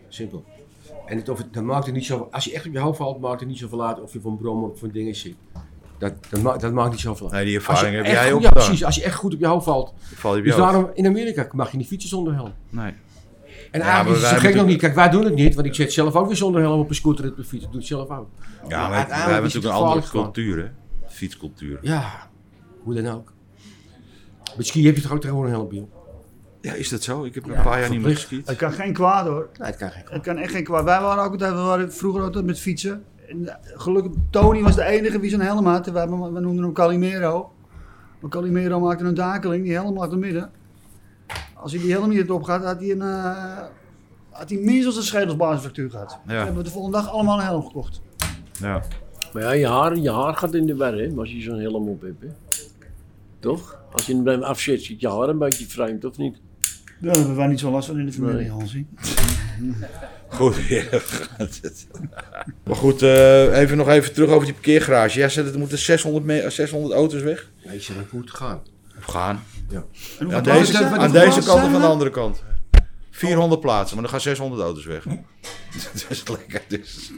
S3: Simpel. En het, of het, dan maakt het niet zo, als je echt op je hoofd valt, maakt het niet zoveel uit of je van brom of van dingen zit. Dat, dat, maakt, dat maakt niet zoveel uit.
S2: Nee, die
S3: Als je
S2: ervaring heb
S3: echt
S2: jij
S3: goed-
S2: ook
S3: Ja,
S2: gedaan.
S3: precies. Als je echt goed op je hoofd valt.
S2: Val je bij
S3: Dus
S2: jou?
S3: daarom, in Amerika mag je niet fietsen zonder helm.
S2: Nee.
S3: En
S2: Ja, maar
S3: eigenlijk
S2: wij
S3: is het zo gek
S2: hebben
S3: nog niet. Kijk, wij doen het niet, want ik zit zelf ook weer zonder helm op een scooter en op een fiets. Ik doe het zelf ook.
S2: Ja, maar we
S3: uiteindelijk
S2: hebben
S3: is het
S2: natuurlijk een andere
S3: gevaarlijk
S2: cultuur, hè? Fietscultuur.
S3: Ja, hoe dan ook. Met ski heb je toch ook tegenwoordig een helm, joh?
S2: Ja, is dat zo? Ik heb een paar jaar niet meer geskiet.
S1: Het kan geen kwaad hoor.
S3: Nee, dat kan geen kwaad.
S1: Het kan echt geen kwaad. Wij waren ook altijd, we waren vroeger altijd met fietsen. En eh, gelukkig, Tony was de enige die zo'n helm had. Wij, we noemden hem Calimero. Maar Calimero maakte een dakeling, die helm lag er midden. Als hij die helm niet had opgehad, had hij, een, eh, had hij minstens een schedelsbasisfractuur gehad. We hebben we de volgende dag allemaal een helm gekocht.
S2: Ja.
S5: Maar ja, je haar, je haar gaat in de war, hè, als je zo'n helm op hebt, hè. Toch? Als je hem bij hem afzet, zit je haar een beetje vreemd, of niet?
S1: Daar hebben wij niet zo last van in de familie,
S5: Nee.
S1: Hansie.
S2: Goed, ja, gaat het. Maar goed, eh, even nog even terug over die parkeergarage. Jij zegt dat er moeten 600, me- eh, 600 auto's weg.
S3: Nee, ik zeg ook hoe het gaat.
S2: Of gaan.
S1: En hoeveel
S2: Aan
S1: plaatsen
S2: deze,
S1: zijn we-
S2: aan
S1: hoeveel
S2: deze
S1: plaatsen
S2: kant of
S1: zijn
S2: aan de
S1: we?
S2: andere kant. 400 plaatsen, maar dan gaan 600 auto's weg. dat is lekker. Dus.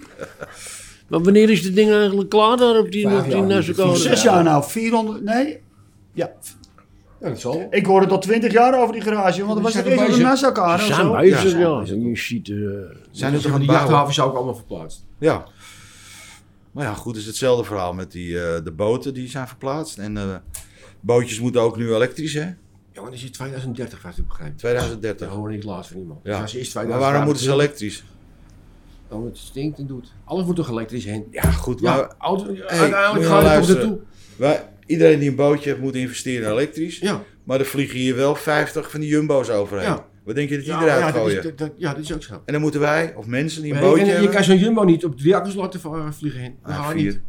S5: Maar wanneer is dit ding eigenlijk klaar daar op die,
S3: Vijf
S5: op die
S3: jaar,
S5: Nassau-kade?
S1: Zes jaar nou, 400, nee. Ja,
S3: Ja, dat zal.
S1: ik hoorde tot 20 jaar over die garage, want dat was
S3: zijn
S1: het eerst
S3: er
S1: op de
S3: bezig.
S1: Nassau-kade
S5: Ze
S1: of
S5: zijn
S1: zo.
S5: bezig,
S3: Ja.
S5: ja. Je ziet... eh,
S2: Zijn er toch aan
S3: Die
S2: het bouwen?
S3: jachthaven zou ik allemaal verplaatst.
S2: Ja. Maar ja, goed, het is hetzelfde verhaal met die, eh, de boten die zijn verplaatst. En eh, bootjes moeten ook nu elektrisch, hè?
S3: Ja, maar dat is in 2030, wat ik begrijp.
S2: 2030.
S3: Dat hoor ik laatst van iemand.
S2: Ja.
S3: Dus als je eerst
S2: Maar waarom moeten ze elektrisch?
S3: Dan het stinkt en doet. Alles wordt toch elektrisch heen?
S2: Ja, goed,
S3: Ja,
S2: maar
S3: auto-
S2: moet
S3: uiteindelijk
S2: je
S3: gaat
S2: wel
S3: het toch
S2: luisteren.
S3: naartoe.
S2: wij- iedereen die een bootje heeft moet investeren in elektrisch.
S3: Ja,
S2: Maar er vliegen hier wel 50 van die jumbo's overheen.
S3: Ja.
S2: Wat denk je dat die
S3: ja,
S2: eruit
S3: ja, dat
S2: gooien?
S3: is, dat, dat- ja, dat is ook zo.
S2: En dan moeten wij, of mensen die een
S3: Maar je-
S2: bootje
S3: je,
S2: hebben...
S3: kan zo'n jumbo niet op drie akkers laten v- vliegen heen. Dat
S2: Ah,
S3: gaat
S2: vier.
S3: niet.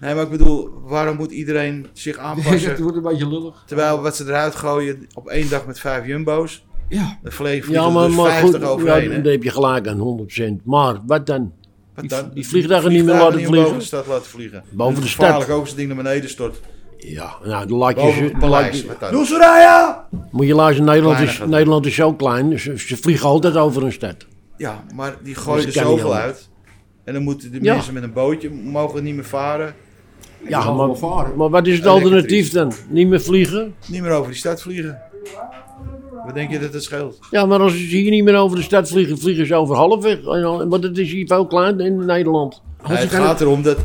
S2: Nee, maar ik bedoel, waarom moet iedereen zich
S3: Het
S2: aanpassen?
S3: wordt een beetje lullig.
S2: Terwijl wat ze eruit gooien op één dag met vijf jumbo's,
S3: Ja,
S2: dan vliegen vliegen
S5: Ja,
S2: er
S5: maar,
S2: dus
S5: maar
S2: 50
S5: goed, ja,
S2: overheen. hè?
S5: dan heb je gelijk aan 100 cent. Maar wat dan?
S2: Wat
S5: die-
S2: dan?
S5: die vliegtuigen niet meer
S2: vliegtuigen
S5: laten vliegen.
S2: boven de stad laten vliegen.
S5: Boven
S2: Dat is
S5: de stad.
S2: gevaarlijk ook als het ding naar beneden stort.
S5: Ja, nou, dan laat je
S2: Boven
S5: ze...
S2: het
S5: dan laat
S2: paleis.
S5: je-
S2: Wat dan?
S1: Doe Soraya!
S5: Moet je luisteren, Nederland
S2: Kleiner
S5: is,
S2: gaat het.
S5: Nederland is zo klein. Ze, ze vliegen altijd over een stad.
S2: Ja, maar die gooien er
S5: Dus ik kan niet
S2: zoveel
S5: anders.
S2: uit. En dan moeten de
S5: Ja.
S2: mensen met een bootje mogen niet meer varen.
S5: Ja,
S3: allemaal
S5: maar,
S3: varen.
S5: maar wat is het
S2: Elektrisch.
S5: alternatief dan? Niet meer vliegen?
S2: Niet meer over die stad vliegen. Wat denk je dat het scheelt?
S5: Ja, maar als ze hier niet meer over de stad vliegen, vliegen ze over halfweg. En dan- Want het is hier veel klein in Nederland.
S2: Nee, het gaat erom dat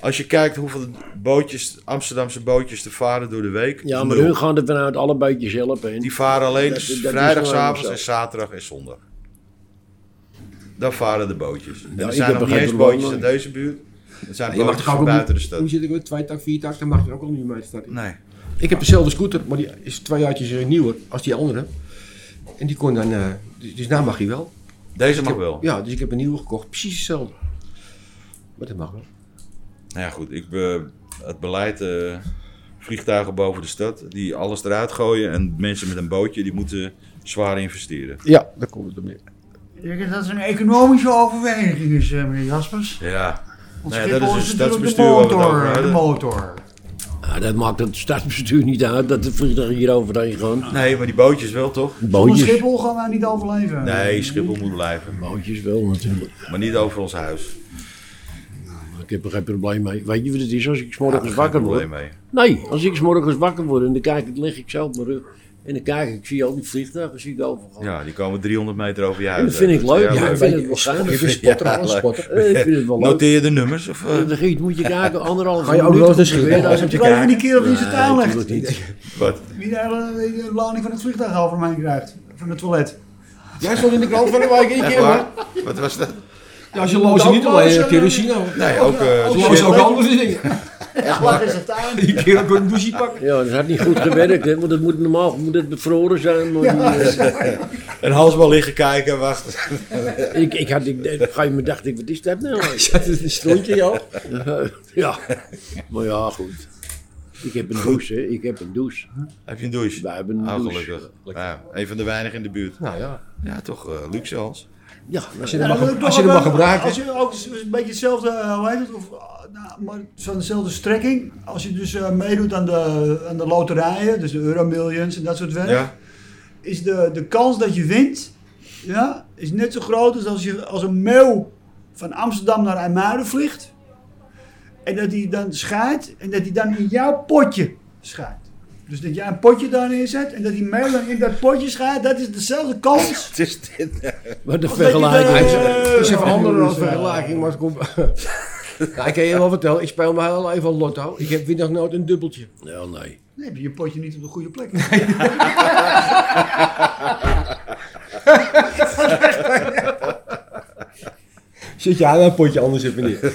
S2: als je kijkt hoeveel bootjes, Amsterdamse bootjes te varen door de week.
S5: Ja,
S2: is
S5: maar
S2: nul.
S5: hun gaan er vanuit alle beetjes zelf heen.
S2: Die varen alleen
S5: Dat- dat is
S2: vrijdagavond
S5: wel
S2: en
S5: zo.
S2: zaterdag en zondag. Dan varen de bootjes. En er
S5: ik
S2: zijn
S5: heb
S2: nog
S5: er
S2: niet
S5: geen
S2: eens bootjes
S5: belang
S2: uit
S5: in.
S2: deze buurt. Er zijn
S3: Je mag
S2: bootjes
S3: toch ook
S2: van
S3: ook
S2: buiten de
S3: niet-
S2: stad.
S3: Hoe zit ik met twee tak, vier tak? Dan mag er ook al niet mee de stad in.
S2: Nee.
S3: Ik heb dezelfde scooter, maar die is twee jaartjes eh, nieuwer als die andere. En die kon dan, eh, dus, dus nou mag hij wel.
S2: Deze mag wel.
S3: Ja, dus ik heb een nieuwe gekocht, precies hetzelfde. Maar dat mag wel.
S2: Nou ja, goed. Ik be- het beleid eh, vliegtuigen boven de stad, die alles eruit gooien. En mensen met een bootje, die moeten zwaar investeren.
S3: Ja, daar komt het op neer.
S1: Ik denk dat het een economische overweging is, eh, meneer Jaspers.
S2: Ja.
S1: Want
S2: Nou ja,
S1: Schiphol
S2: dat is
S1: is
S2: een
S1: natuurlijk de
S2: stadsbestuur waar we het over
S1: motor.
S2: hadden.
S1: De motor.
S5: Ja, dat maakt het stadsbestuur niet uit dat de vliegtuigen hier overheen gaan.
S2: Nee, maar die bootjes wel toch?
S3: Oh,
S1: Zonder
S5: Bootjes.
S1: Schiphol gaan wij niet overleven.
S2: Nee, Schiphol moet blijven.
S5: Bootjes wel natuurlijk.
S2: Maar niet over ons
S5: Dus
S2: huis.
S5: Ik heb er geen probleem mee. Weet je wat het is als ik 's
S2: Daar
S5: morgens
S2: is geen
S5: wakker word?
S2: probleem mee.
S5: Nee, als ik 's morgens wakker word en dan kijk ik, leg ik zo op mijn rug. En dan kijk ik, ik zie al die vliegtuigen zie ik overgaan.
S2: Ja, die komen 300 meter over je huis.
S5: En dat vind ik
S2: is
S5: leuk.
S2: jou
S5: Ja, ik
S2: leuk.
S5: vind het wel gaaf.
S3: Ik ben spotter,
S2: Ja,
S3: alles
S2: leuk.
S3: spotter.
S5: Eh, Ik vind het wel leuk.
S2: Noteer je de nummers? Of, eh,
S5: Eh, Dan giet- moet je kijken, anderhalf
S3: Ga je ook wel eens naar Schiphol?
S5: Als
S1: Ik weet even die keer op wie ze het aanlegt.
S2: wat?
S1: Wie de hele wie de lading van het vliegtuig over mij krijgt. Van het toilet.
S3: Jij stond in de krant van de wijk één
S2: Echt
S3: keer, hoor.
S2: waar? Wat was dat?
S3: Ja, als je lozen niet alleen hebt, eh, kerosine. hoor.
S2: Nee, ook... eh,
S3: Als
S2: de
S3: je
S2: shit.
S3: lozen ook andere dingen.
S1: Echt waar is het aan?
S3: Die keer ook een douche pakken.
S5: Ja, dat had niet goed gewerkt, hè, want het moet normaal moet het bevroren zijn. Maar die, eh,
S2: een halsbal liggen kijken, wacht.
S5: ik, ik had, ik, op een gegeven moment dacht ik, wat is dat nou?
S3: Dat is een strontje, joh.
S5: ja, maar ja, goed. Ik heb een douche, hè. ik heb een douche.
S2: Heb je een douche?
S5: Wij hebben een
S2: Ah,
S5: douche.
S2: gelukkig. Ja, een van de weinigen in de buurt.
S3: Nou ja,
S2: Ja, toch eh, luxe als.
S5: Ja, nou,
S3: als je dat mag,
S1: Ja,
S3: als je dat mag
S1: wel-
S3: gebruiken.
S1: Als je ook een beetje hetzelfde, eh, hoe heet het, of, eh, nou, maar van dezelfde strekking. Als je dus eh, meedoet aan de, aan de loterijen, dus de Euromillions en dat soort werk.
S2: Ja.
S1: Is de, de kans dat je wint, ja, is net zo groot als als, je, als een mail van Amsterdam naar IJmuiden vliegt. En En dat hij dan scheidt en dat hij dan in jouw potje scheidt. Dus dat jij een potje daarin zet en dat die mail dan in dat potje scheidt, dat is dezelfde kans.
S2: Het is dit.
S5: Wat een
S1: Als dat je
S5: vergelijking.
S1: de-
S3: Het is even
S1: Ja,
S3: anders dan
S1: dus, eh,
S3: vergelijking, maar het komt... Ja, ik kan je wel vertellen, ik speel mijn hele leven al lotto. Ik heb win nog nooit een dubbeltje.
S5: Ja, nee.
S1: Dan heb je je potje niet op de goede plek.
S3: Zit je aan een potje anders even neer.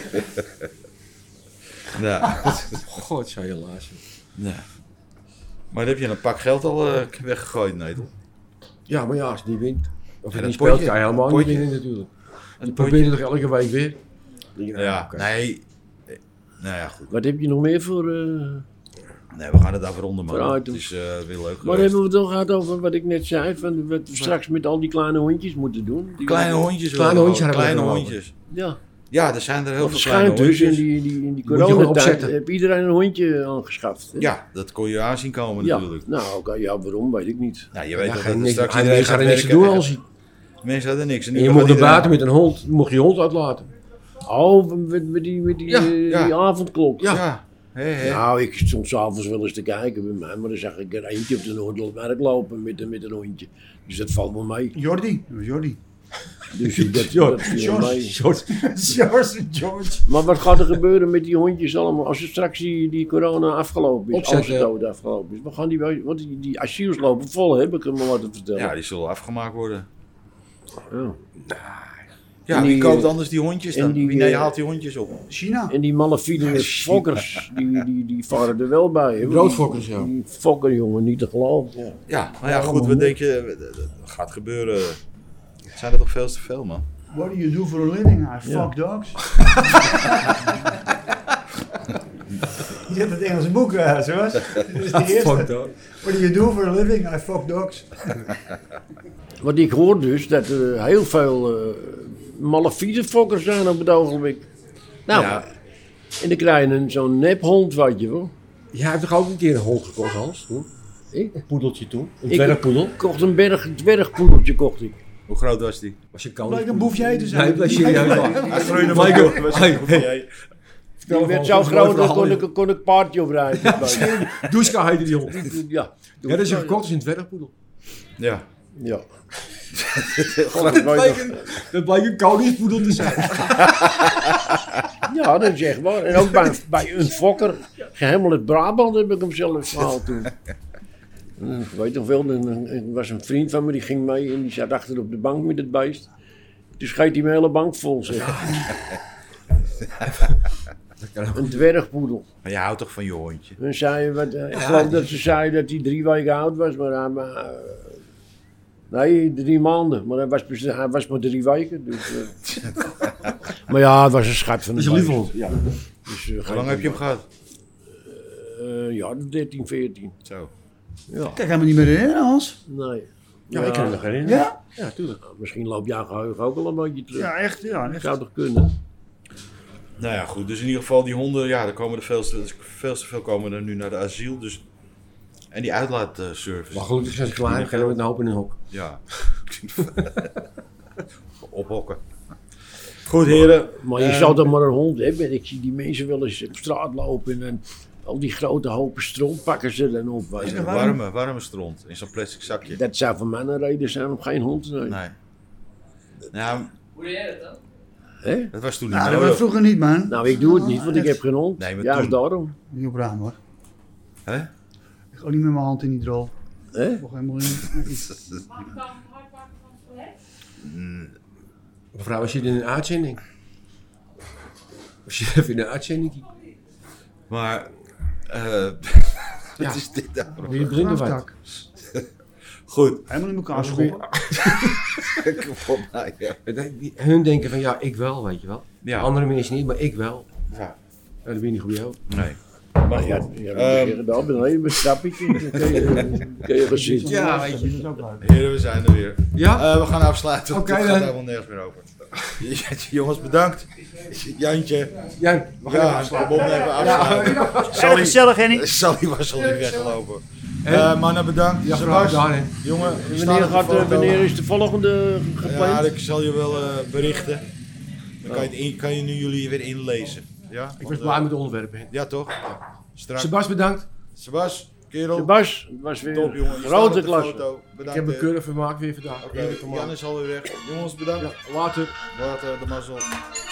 S2: Ja.
S3: God, zei helaas.
S2: Ja. Maar dan heb je een pak geld al eh, weggegooid, Nederland.
S3: Ja, maar ja, als je niet wint. Of
S2: En
S3: je
S2: een
S3: niet speelt,
S2: potje,
S3: kan je helemaal
S2: een
S3: niet
S2: potje.
S3: winnen natuurlijk.
S2: Een
S3: Je probeert het toch elke week weer?
S2: Ja,
S3: oké.
S2: nee. Eh, Nou ja, goed.
S5: Wat heb je nog meer voor... eh,
S2: Nee, we gaan het afronden, man.
S5: Vooruit,
S2: Het is eh, weer leuk
S5: Waar
S2: geweest.
S5: hebben we het al gehad over wat ik net zei? Van wat we straks met al die kleine hondjes moeten doen. Die-
S2: Kleine hondjes.
S3: Kleine
S2: willen we
S3: hondjes
S2: houden.
S3: hebben we
S2: Kleine
S3: er
S2: hondjes.
S5: Ja,
S2: Ja, er zijn er heel
S5: want
S2: veel
S5: het
S2: kleine
S5: schijnt dus
S2: hondjes.
S5: in die, die, in die
S3: Moet je gewoon
S5: coronatijd
S3: opzetten.
S5: heb iedereen een hondje aangeschaft. hè?
S2: Ja, dat kon je aanzien komen
S5: ja.
S2: natuurlijk.
S5: Nou, oké, ja, waarom weet ik niet.
S2: Nou, je weet
S3: Ja,
S2: dat
S3: ga je
S2: het
S3: niks-
S2: straks
S3: hij-
S2: iedereen
S3: je gaat er niks
S2: werken.
S3: doen als hij-
S2: Mensen hadden niks. nu
S3: En je
S2: gaat
S3: mocht naar
S2: iedereen-
S3: buiten met een hond, mocht je hond uitlaten.
S5: Oh, met, met die, met die,
S2: Ja,
S5: eh,
S2: ja.
S5: die avondklok.
S2: Ja. Hé, hé.
S5: Nou, ik stond s'avonds wel eens te kijken bij mij, maar dan zag ik er eentje op de Noordermarkt lopen met, een- met een hondje. Dus dat valt me mee.
S1: Jordi. Dat was Jordi.
S5: Dus dat, dat
S3: George,
S5: viel me mee.
S1: George, George.
S5: Maar wat gaat er gebeuren met die hondjes allemaal als er straks die, die corona afgelopen is?
S3: Opzetten.
S5: Als de dood afgelopen is. We gaan die, wel- want die, die asiels lopen vol, heb ik hem al laten vertellen.
S2: Ja, die zullen afgemaakt worden.
S5: Ja.
S2: Ja,
S5: En
S2: wie
S5: die,
S2: koopt
S5: eh,
S2: anders die hondjes
S5: en
S2: dan?
S5: die,
S2: Wie nee,
S5: eh,
S2: haalt die hondjes op?
S1: China.
S5: En die malafide fokkers, die, die, die varen er wel bij. hè?
S3: Broodfokkers, ja.
S5: Die, die fokker, jongen, niet te geloven.
S2: Nou Ja, maar ja, goed, wat denk je? Dat gaat gebeuren. Het zijn er toch veel te veel, man.
S1: What do you do for a living? I fuck dogs. Je hebt het Engelse boek, eh zoals. Dit is de eerste. What do you do for a living? I fuck dogs.
S5: Want ik hoor dus dat er heel veel eh malafide fokkers zijn op het ogenblik. Nou,
S2: Ja.
S5: en dan krijg je een- zo'n nephond, weet je wel.
S3: Jij hebt toch ook een keer een hond gekocht, Hans? Toen?
S5: Ik?
S3: Een poedeltje toen? Een
S5: Ik-
S3: dwergpoedel?
S5: Ik kocht een berg, dwergpoedeltje, kocht ik.
S2: Hoe groot was die?
S3: Was je kan
S1: Blijkt een boefje dus te zijn.
S3: Nee, blijf serieus.
S2: Hij groeide
S3: maar
S2: wel
S3: ik-
S2: door, was
S3: Hey,
S2: een boefje.
S5: Die werd zo groot, dat kon ik, kon ik paardje op rijden.
S3: Douchka heette die hond.
S5: Ja,
S3: Ja, dat is een gekocht, dat is een dwergpoedel.
S2: Ja.
S5: Ja. God, dat weet ik nog.
S3: Dat blijkt een koningspoedel te zijn.
S5: Ja, dat is echt waar. En ook bij, bij een fokker, geheel uit Brabant, heb ik hem zelf gehaald toen. En Ik weet nog wel, een- een- er was een vriend van me, die ging mee en die zat achter op de bank met het beest. Toen scheet hij mijn hele bank vol, zeg. Een dwergpoedel.
S2: Maar je houdt toch van je hondje?
S5: En zei, wat, eh, ik geloof dat ze zei dat hij drie weken oud was, maar hij... maar, eh, nee, drie maanden. Maar hij was, precies- hij was maar drie weken. Dus, eh. maar ja, het was een schat van de
S3: Dat is een lieve hond.
S5: Ja. Dus, eh,
S2: Hoe lang heb je hem gehad?
S5: eh, ja, 13, 14.
S2: Zo.
S5: Ja,
S1: Kijk helemaal niet meer in, hè, Hans.
S5: nee.
S3: Ja, ik kan me nog herinneren.
S1: Ja?
S3: Ja, tuurlijk.
S5: Nou, misschien loopt jouw geheugen ook al een beetje terug.
S1: Ja, echt. Ja, echt.
S5: Zou toch kunnen?
S2: Nou ja, goed. Dus in ieder geval, die honden, ja, er komen er veel te, dus veel, te veel komen er nu naar de asiel. Dus... En die
S3: Maar
S2: uitlaatservice.
S3: gelukkig zijn ze klaar en gaan we met een hoop in een hok.
S2: Ja. Ophokken. Goed, heren.
S5: Maar je
S2: Eh,
S5: zou toch maar een hond hebben. Ik zie die mensen wel eens op straat lopen en dan al die grote hopen stront pakken ze dan op. weet je.
S2: Een warme, warme stront in zo'n plastic zakje.
S5: Dat zou voor mij een reden zijn om geen hond te nemen.
S2: Nee. Nou,
S4: Hoe deed jij dat dan?
S5: Hè?
S2: dat was toen niet
S1: Nou, dat was
S2: nodig.
S1: vroeger niet, man. Ah,
S5: Nou, ik doe het niet, want ik heb geen hond.
S2: Nee, maar
S5: Juist
S2: toen-
S5: daarom.
S1: Niet op raam, hoor.
S2: Hè?
S1: Ik ga niet met mijn hand in die drol.
S5: Hè?
S1: Nog helemaal in.
S6: Mag ik dan hard maken van het toilet?
S3: Mevrouw, we zitten in een uitzending. We zitten even in een uitzending.
S2: Maar, eh wat is dit nou?
S3: Wie blinder wat?
S1: Raamtak.
S2: Goed.
S1: Helemaal in elkaar schoppen.
S2: Kom maar, ja.
S3: Hun denken van ja, ik wel, weet je wel.
S2: Ja.
S3: Andere mensen niet, maar ik wel.
S2: Ja.
S3: En dat ben je niet goed bij jou.
S2: Nee.
S5: Maar ja, ja,
S2: Ehm.
S5: um, daar beneden met trappetje. Dan kun je, kun je gaan zitten.
S2: Ja,
S1: weet je. Dat is ook leuk.
S2: Heren, we zijn er weer.
S3: Ja?
S2: Eh, we gaan afsluiten, want
S3: Oké,
S2: het gaat
S3: dan.
S2: helemaal nergens meer over. Jongens, bedankt. Jantje.
S3: Ja, we gaan
S2: Ja,
S3: even
S2: Bob even
S3: eh,
S2: afsluiten. Sally-
S1: Gezellig, Henny.
S2: Sally was al niet weggelopen. Eh Manna, bedankt.
S3: Ja,
S2: Sebas,
S3: graag gedaan, hè.
S2: jongen. we staan
S5: Wanneer,
S2: op de
S5: gaat, eh,
S2: foto.
S5: wanneer is de volgende gepland?
S2: Ja, ik zal je wel eh, berichten. Dan kan je, het in- kan je nu jullie weer inlezen. Ja,
S3: Ik
S2: want,
S3: was
S2: eh,
S3: blij met de onderwerpen.
S2: Ja, toch? Strak.
S3: Sebas, bedankt.
S2: Sebas, kerel.
S5: Bas, het was weer
S2: Top, jongen.
S5: een
S2: Je staat op
S5: grote
S2: de
S5: klas.
S2: foto.
S3: Ik
S2: Bedankt.
S3: heb een
S2: eh.
S3: keurig vermaak weer vandaag.
S2: Oké,
S3: Heerlijk vermaak.
S2: Jan is alweer weg. Jongens, bedankt.
S3: Ja, later.
S2: Later, de mazzel.